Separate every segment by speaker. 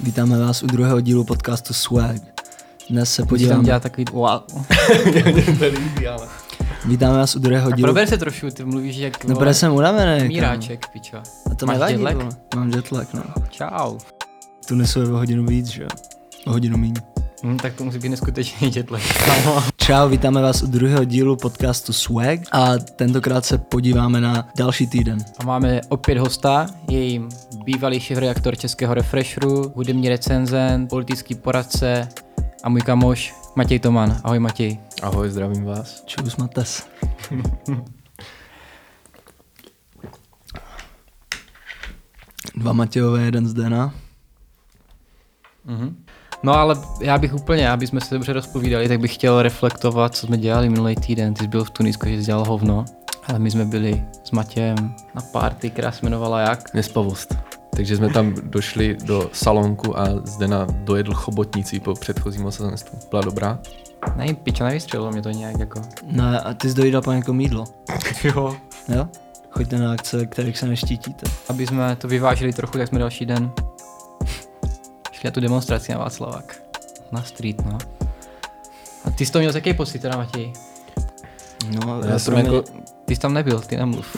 Speaker 1: Vítáme vás u druhého dílu podcastu Swag. Dnes se
Speaker 2: Když tam
Speaker 1: podíváme.
Speaker 2: dělá takový wow.
Speaker 3: Mně to líbí, ale.
Speaker 1: Vítáme vás u druhého
Speaker 2: A
Speaker 1: dílu.
Speaker 2: prober se trošku, ty mluvíš jak
Speaker 1: No,
Speaker 2: vole,
Speaker 1: protože jsem unavený.
Speaker 2: míráček, pičo.
Speaker 1: A to
Speaker 2: Máš
Speaker 1: nevadí,
Speaker 2: jetlag?
Speaker 1: vole. Mám jetlag, no.
Speaker 2: Čau.
Speaker 1: Tu nesu je o hodinu víc, že jo? O hodinu míň.
Speaker 2: Hm, tak to musí být neskutečný jetlag. No.
Speaker 1: Čau, vítáme vás u druhého dílu podcastu Swag a tentokrát se podíváme na další týden.
Speaker 2: A máme opět hosta, je jim bývalý šéfredaktor Českého Refresheru, hudební recenzent, politický poradce a můj kamoš Matěj Toman. Ahoj Matěj.
Speaker 3: Ahoj, zdravím vás.
Speaker 1: Čus, Mates. Dva Matějové, jeden z Dena.
Speaker 2: Mhm. No ale já bych úplně, aby jsme se dobře rozpovídali, tak bych chtěl reflektovat, co jsme dělali minulý týden. Ty jsi byl v Tunisku, že jsi dělal hovno, ale my jsme byli s Matějem na party, která se jmenovala jak?
Speaker 3: Nespavost. Takže jsme tam došli do salonku a zde na dojedl chobotnici po předchozím osazenstvu. Byla dobrá?
Speaker 2: Ne, piča nevystřelilo mě to nějak jako.
Speaker 1: No a ty jsi dojídal po někom jídlo,
Speaker 2: Jo.
Speaker 1: jo? Choďte na akce, kterých se neštítíte.
Speaker 2: Aby jsme to vyvážili trochu, tak jsme další den šli na tu demonstraci na Václavák. Na street, no. A ty jsi to měl jaký pocit teda, Matěj?
Speaker 1: No,
Speaker 3: Já
Speaker 1: eh,
Speaker 3: jsem
Speaker 1: pro mě-
Speaker 3: jako,
Speaker 2: Ty jsi tam nebyl, ty nemluv.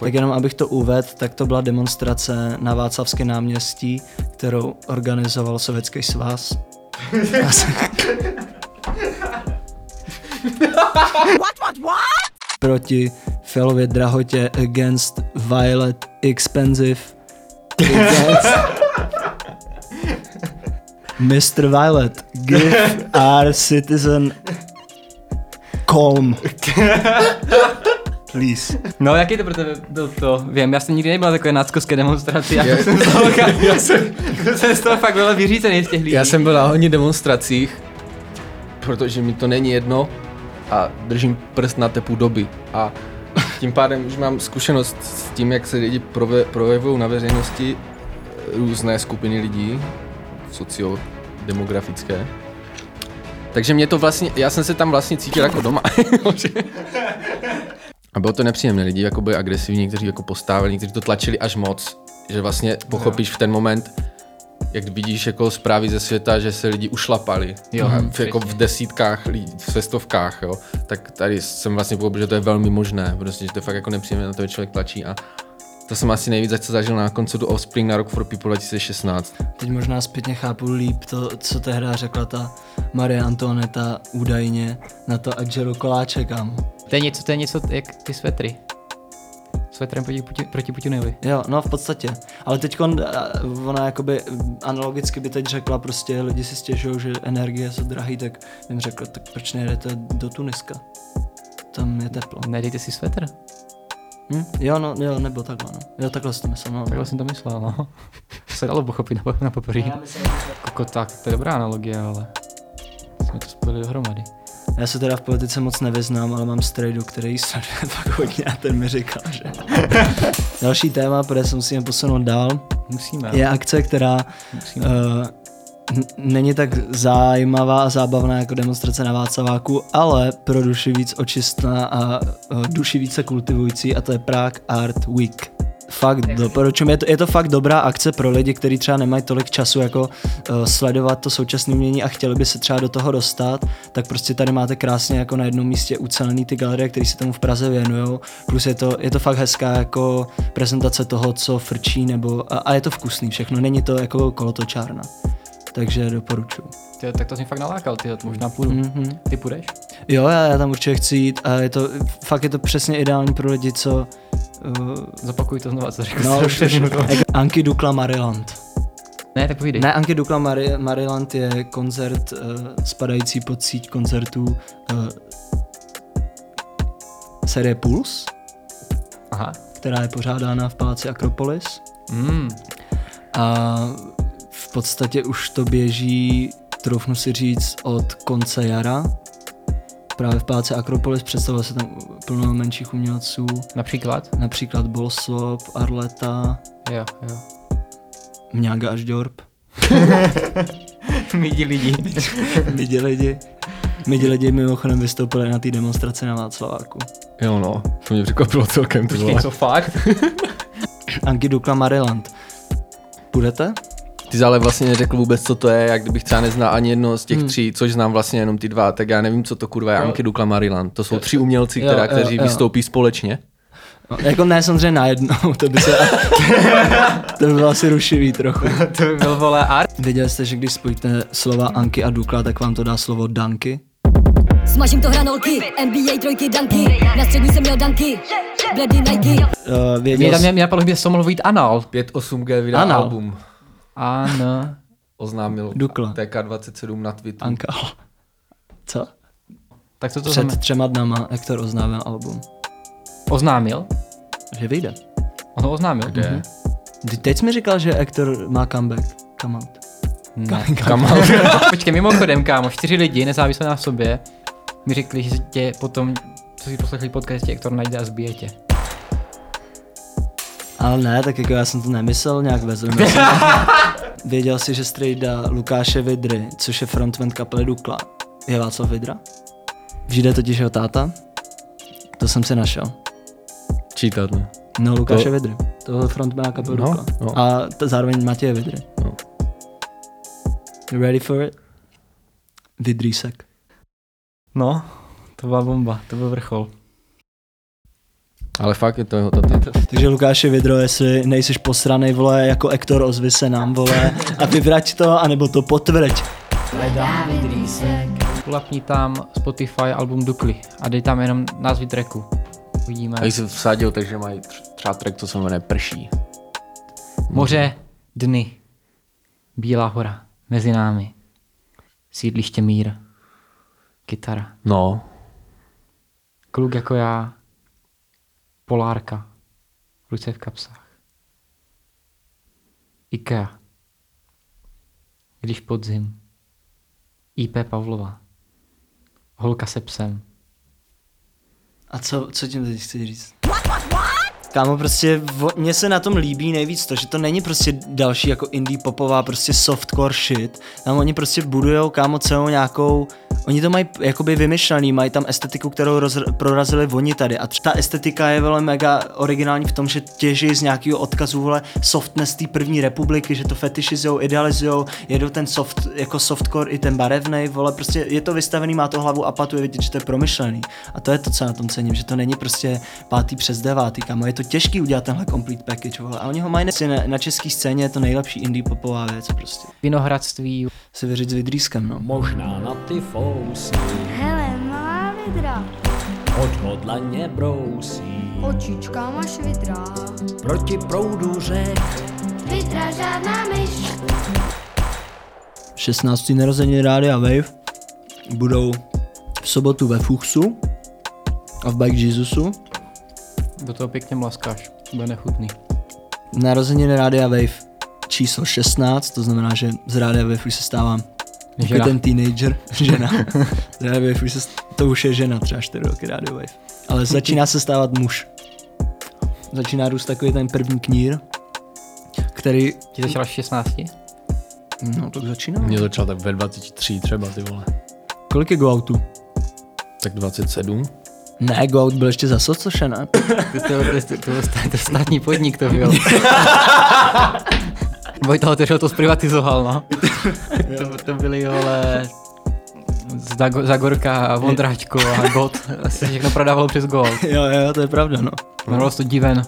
Speaker 1: Tak jenom abych to uvedl, tak to byla demonstrace na Václavské náměstí, kterou organizoval Sovětský svaz. Já jsem- Proti fialově drahotě against violet expensive against Mr. Violet, give our citizen calm. Please.
Speaker 2: No, jaký to pro tebe byl to? Vím, já jsem nikdy nebyl na takové náckovské demonstraci, já
Speaker 3: Je-
Speaker 2: jsem z toho, jako- já jsem, jsem z toho fakt byl vyřízený z těch lidí.
Speaker 3: já jsem byl na hodně demonstracích, protože mi to není jedno a držím prst na tepu doby. A tím pádem už mám zkušenost s tím, jak se lidi prove, projevují na veřejnosti e, různé skupiny lidí, sociodemografické. Takže mě to vlastně, já jsem se tam vlastně cítil jako doma. A bylo to nepříjemné, lidi jako byli agresivní, někteří jako postávali, někteří to tlačili až moc, že vlastně pochopíš v ten moment, jak vidíš jako zprávy ze světa, že se lidi ušlapali,
Speaker 2: Jo,
Speaker 3: a v,
Speaker 2: přesně.
Speaker 3: jako v desítkách lidí, ve stovkách, jo, tak tady jsem vlastně pochopil, že to je velmi možné, prostě, že to je fakt jako nepříjemné, na to člověk tlačí a to jsem asi nejvíc za co zažil na koncertu Offspring na Rock for People 2016.
Speaker 1: Teď možná zpětně chápu líp to, co tehdy řekla ta Marie Antoaneta údajně na to, ať žeru koláče, kámo.
Speaker 2: To je něco, to je něco, jak ty svetry. Svetrem proti, Puti- proti Putinovi.
Speaker 1: Jo, no v podstatě. Ale teď eh, ona jakoby mm, analogicky by teď řekla prostě, lidi si stěžují, že energie jsou drahý, tak jim řekla, tak proč nejedete do Tuniska? Tam je teplo.
Speaker 2: Nedejte si svetr.
Speaker 1: Hm? Jo, no, jo, nebo takhle, no. Jo, takhle jsem to myslel, no.
Speaker 2: Takhle jsem to myslel, no. To se dalo pochopit na, na poprvé. Koko, tak, to je dobrá analogie, ale jsme to spojili dohromady.
Speaker 1: Já se teda v politice moc nevyznám, ale mám strejdu, který ji sleduje fakt hodně a ten mi říkal, že... Další téma, které se musíme posunout dál,
Speaker 2: Musíme,
Speaker 1: je akce, která
Speaker 2: musíme.
Speaker 1: uh, není tak zájmavá a zábavná jako demonstrace na Václaváku, ale pro duši víc očistná a uh, duši více kultivující a to je Prague Art Week. Fakt doporučuji, je to, je to fakt dobrá akce pro lidi, kteří třeba nemají tolik času jako uh, sledovat to současné umění a chtěli by se třeba do toho dostat, tak prostě tady máte krásně jako na jednom místě ucelený ty galerie, které se tomu v Praze věnují, plus je to, je to fakt hezká jako prezentace toho, co frčí nebo a, a je to vkusný všechno, není to jako kolotočárna. Takže doporučuji.
Speaker 2: Ty, tak to jsi mě fakt nalákal, ty, možná půjdu.
Speaker 1: Mm-hmm.
Speaker 2: Ty půjdeš?
Speaker 1: Jo, já, já tam určitě chci jít a je to, fakt je to přesně ideální pro lidi, co... Uh,
Speaker 2: Zopakuj to znovu, co řekl.
Speaker 1: no,
Speaker 2: jsi
Speaker 1: už,
Speaker 2: před
Speaker 1: už,
Speaker 2: minutou.
Speaker 1: Anky Dukla Mariland.
Speaker 2: Ne, tak povídej.
Speaker 1: Ne, Anky Dukla Mari, Mariland je koncert uh, spadající pod síť koncertů uh, série Puls,
Speaker 2: Aha.
Speaker 1: která je pořádána v paláci Akropolis.
Speaker 2: Mm.
Speaker 1: A v podstatě už to běží, troufnu si říct, od konce jara. Právě v Paláci Akropolis představilo se tam plno menších umělců,
Speaker 2: Například?
Speaker 1: například Bolsop, Arleta,
Speaker 2: Jo, jo.
Speaker 1: Mňága až Dorp.
Speaker 2: Midi lidi.
Speaker 1: Midi lidi. Midi lidi mimochodem vystoupili na té demonstraci na Václaváku.
Speaker 3: Jo no, to mě překvapilo celkem. Ty
Speaker 2: Počkej,
Speaker 3: vole.
Speaker 2: co fakt?
Speaker 1: Anky Dukla Mariland. Budete?
Speaker 3: Ty jsi ale vlastně neřekl vůbec, co to je, jak kdybych třeba neznal ani jedno z těch hmm. tří, což znám vlastně jenom ty dva, tak já nevím, co to kurva je Anky Dukla Marilan. To jsou tři umělci,
Speaker 1: Jo,
Speaker 3: která,
Speaker 1: jo,
Speaker 3: kteří
Speaker 1: jo.
Speaker 3: vystoupí společně.
Speaker 1: No, jako ne samozřejmě najednou, to by se... to by bylo asi rušivý trochu.
Speaker 2: to by byl vole art.
Speaker 1: Věděli jste, že když spojíte slova Anky a Dukla, tak vám to dá slovo Danky?
Speaker 4: Smažím to hranolky, NBA trojky danky, na střední jsem měl danky, bledy Nike.
Speaker 1: Uh,
Speaker 2: Mě
Speaker 1: věděl
Speaker 2: tam
Speaker 1: jste...
Speaker 2: mě, mě napadlo, že by se to mohlo být anal.
Speaker 3: 5-8G vydá
Speaker 1: Ano.
Speaker 3: album.
Speaker 2: Ano.
Speaker 3: Oznámil
Speaker 1: Dukla.
Speaker 3: TK27 na Twitteru.
Speaker 1: Anka. Co?
Speaker 2: Tak co to
Speaker 1: Před
Speaker 2: znamená?
Speaker 1: třema dnama Hector oznámil album.
Speaker 2: Oznámil?
Speaker 1: Že vyjde.
Speaker 2: On ho oznámil?
Speaker 1: Mhm.
Speaker 2: Kde?
Speaker 1: Ty- Teď jsi mi říkal, že Hector má comeback. Come out.
Speaker 2: Ne.
Speaker 3: Kam?
Speaker 2: Počkej, mimochodem, kámo, čtyři lidi nezávisle na sobě mi řekli, že tě potom, co si poslechli podcast, tě Ektor najde a zbije tě.
Speaker 1: Ale ne, tak jako já jsem to nemyslel nějak ve zlém. Věděl jsi, že strejda Lukáše Vidry, což je frontman kapely Dukla, je Václav Vidra? Žijde totiž jeho táta? To jsem si našel.
Speaker 3: Čítat, ne?
Speaker 1: No, Lukáše
Speaker 3: To-
Speaker 1: Vidry. Toho frontmana kapely
Speaker 3: No,
Speaker 1: Dukla.
Speaker 3: no.
Speaker 1: A t- zároveň Matěje Vidry.
Speaker 3: No.
Speaker 1: You ready for it? Vidrýsek.
Speaker 2: No, to byla bomba, to byl vrchol.
Speaker 3: Ale fakt je to jeho tata.
Speaker 1: Takže Lukáše Vidro, jestli nejsiš posranej, vole, jako Ektor, ozvi se nám, vole, a vyvrať to, anebo to potvrď.
Speaker 2: Ulapni tam Spotify album Dukly a dej tam jenom názvy tracku. Uvidíme.
Speaker 3: A jsi vsadil, takže mají tř- třeba track, co se jmenuje Prší.
Speaker 2: Moře, dny, Bílá hora, mezi námi, sídliště mír, kytara,
Speaker 3: No,
Speaker 2: kluk jako já, polárka, ruce v kapsách, IKEA, když podzim, IP Pavlova, holka se psem,
Speaker 1: A co, co tím teď chci říct? Kámo, prostě vo- mně se na tom líbí nejvíc to, že to není prostě další jako indie popová, prostě softcore shit. Tam oni prostě budujou, kámo, celou nějakou, oni to mají jakoby vymyšlený, mají tam estetiku, kterou roz, prorazili oni tady. A tř- ta estetika je vele mega originální v tom, že těží z nějakého odkazu, vole, softness té první republiky, že to fetišizujou, idealizujou, jedou ten soft, jako softcore i ten barevnej, vole, prostě je to vystavený, má to hlavu a patu, je vidět, že to je promyšlený. A to je to, co na tom cením, že to není prostě pátý přes devátý, kámo, je to těžký udělat tenhle complete package, vole, a oni ho mají na- na, na české scéně, je to nejlepší indie popová věc, prostě.
Speaker 2: vinohradství,
Speaker 1: Si věřit s vydrýskem, no.
Speaker 5: Možná na ty fousí
Speaker 6: Hele, malá vidra,
Speaker 5: odhodlaně brousí.
Speaker 6: očička máš vidra.
Speaker 5: Proti proudu řek
Speaker 6: Vidra žádná myš.
Speaker 1: 16. narozeniny Rádia Wave budou v sobotu ve Fuchsu a v Bike Jesusu.
Speaker 2: do toho pěkně mlaskáš, bude nechutný.
Speaker 1: Narozeniny Rádia Wave číslo 16, to znamená, že z Rádia Wave už se stávám jako
Speaker 2: Žena.
Speaker 1: ten teenager, žena. Z Rádia Wave už se, st- to už je žena, třeba 4 roky Rádio Wave. Ale začíná se stávat muž. Začíná růst takový ten první knír, který,
Speaker 2: Ti začala v 16?
Speaker 1: no tak začíná.
Speaker 3: mě začal tak ve 23 třeba, ty vole.
Speaker 1: Kolik je go outu?
Speaker 3: Tak 27.
Speaker 1: Ne, go out byl ještě za socoše, ne?
Speaker 2: To, to, to, to, to, to, to státní podnik to byl. Vojta otevřel to zprivatizoval, no. to, to byly, vole, Zago- Zagorka a Vondráčko a Bot. Asi všechno prodávalo přes gol.
Speaker 1: jo, jo, to je pravda, no.
Speaker 2: Jmenovalo se to Diven.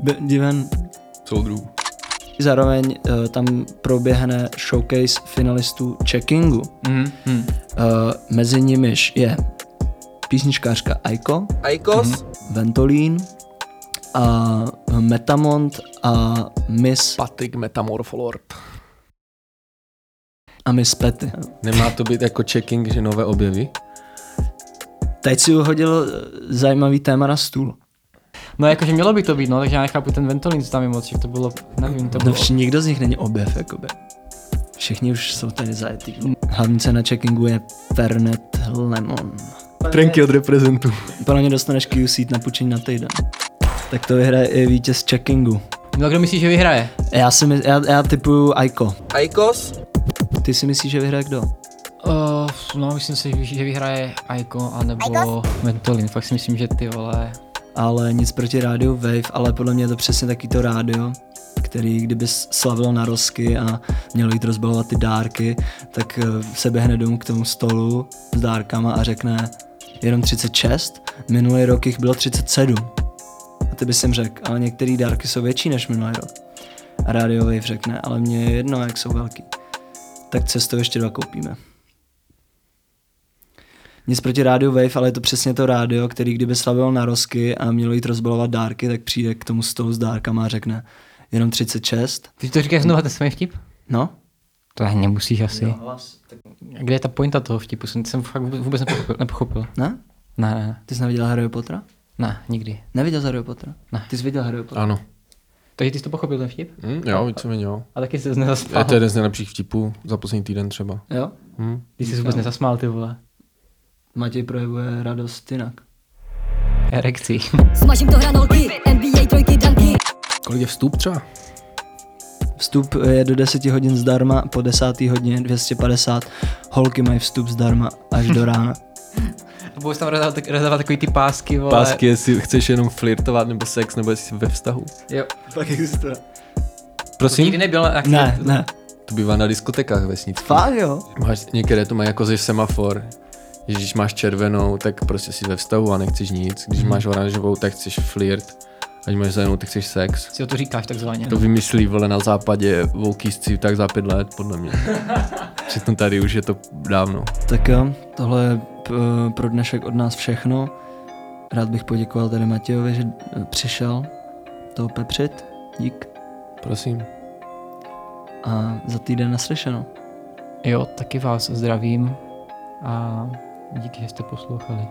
Speaker 1: B- diven.
Speaker 3: Soudruh.
Speaker 1: Zároveň eh, tam proběhne showcase finalistů Checkingu.
Speaker 2: Mm, mm.
Speaker 1: Eh, mezi nimiž je písničkářka Aiko,
Speaker 3: Aikos?
Speaker 1: Ventolín a Metamont a Miss
Speaker 3: Patrik Metamorfolord.
Speaker 1: a Miss Petty.
Speaker 3: Nemá to být jako checking, že nové objevy?
Speaker 1: Teď si uhodil eh, zajímavý téma na stůl.
Speaker 2: No jakože mělo by to být, no, takže já nechápu ten Ventolin, co tam je moc, že to bylo, nevím, to
Speaker 1: No
Speaker 2: bylo.
Speaker 1: vš- nikdo z nich není objev, jakoby. Všichni už jsou tady zajetý. Hlavní cena checkingu je Fernet Lemon.
Speaker 3: Trenky od reprezentu.
Speaker 1: Pro ně dostaneš Q seat na půjčení na týden. Tak to vyhraje i vítěz checkingu.
Speaker 2: No kdo myslí, že vyhraje?
Speaker 1: Já, si my, já, já typuju Aiko.
Speaker 3: Aikos?
Speaker 1: Ty si myslíš, že vyhraje kdo?
Speaker 2: Uh, no, myslím si, že vyhraje Aiko anebo Ventolin. Fakt si myslím, že ty vole,
Speaker 1: Ale nic proti rádiu Wave, ale podle mě je to přesně taky to rádio, který kdyby s- slavilo na rozky a mělo jít rozbalovat ty dárky, tak eh, se běhne domů k tomu stolu s dárkama a řekne jenom 36, minulý rok jich bylo 37. A ty bys jim řekl, ale některé dárky jsou větší než minulý rok. A Radio Wave řekne, ale mně je jedno, jak jsou velký. Tak cestu ještě dva koupíme. Nic proti rádiu Wave, ale je to přesně to rádio, který kdyby slavil na rozky a mělo jít rozbalovat dárky, tak přijde k tomu stolu s dárkama a řekne jenom 36.
Speaker 2: Ty to říkáš znovu, ten samý vtip?
Speaker 1: No?
Speaker 2: To ani nemusíš asi.
Speaker 1: hlas. Tak...
Speaker 2: A Kde je ta pointa toho vtipu? Jsem, jsem fakt vůbec- vůbec nepochopil. nepochopil.
Speaker 1: Ne?
Speaker 2: Ne, ne, ne,
Speaker 1: Ty jsi neviděl Harry Pottera?
Speaker 2: ne, nikdy.
Speaker 1: Neviděl jsi Harry Pottera?
Speaker 2: Ne.
Speaker 1: Ty jsi viděl Harry Pottera?
Speaker 3: Ano.
Speaker 2: Takže ty jsi to pochopil ten vtip?
Speaker 3: Hm, jo, víceméně jo.
Speaker 2: A taky jsi
Speaker 3: Je
Speaker 2: nezaspal.
Speaker 3: to jeden z nejlepších vtipů za poslední týden třeba.
Speaker 1: Jo?
Speaker 3: Hm?
Speaker 2: Ty jsi vůbec nezasmál, ty vole.
Speaker 1: Matěj projevuje radost jinak.
Speaker 2: Erekcí.
Speaker 4: Smažím to hranolky, NBA trojky danky.
Speaker 3: Kolik je vstup třeba?
Speaker 1: Vstup je do 10 hodin zdarma, po 10. hodině 250. Holky mají vstup zdarma až do rána.
Speaker 2: A budeš tam rozdávat, tak- rozdávat takový ty pásky, vole.
Speaker 3: Pásky, jestli chceš jenom flirtovat nebo sex, nebo jestli ve vztahu.
Speaker 2: Jo.
Speaker 1: Pak existuje.
Speaker 2: To nikdy
Speaker 3: Prosím?
Speaker 2: nebyl na akci.
Speaker 1: Ne, ne.
Speaker 3: To bývá na diskotekách vesnických.
Speaker 1: Fakt jo?
Speaker 3: Máš, některé to mají jako ze semafor. Že Když máš červenou, tak prostě jsi ve vztahu a nechceš nic. Když máš oranžovou, tak chceš flirt. A když máš zelenou, tak chceš sex.
Speaker 2: Si o to říkáš takzvaně.
Speaker 3: To vymyslí vole na západě voukýsci tak za pět let, podle mě. Přitom tady už je to dávno.
Speaker 1: Tak jo, tohle je p- pro dnešek od nás všechno. Rád bych poděkoval tady Matějovi, že eh, přišel to pepřit. Dík.
Speaker 3: Prosím.
Speaker 1: A za týden naslyšeno.
Speaker 2: Jo, taky vás zdravím a díky, že jste poslouchali.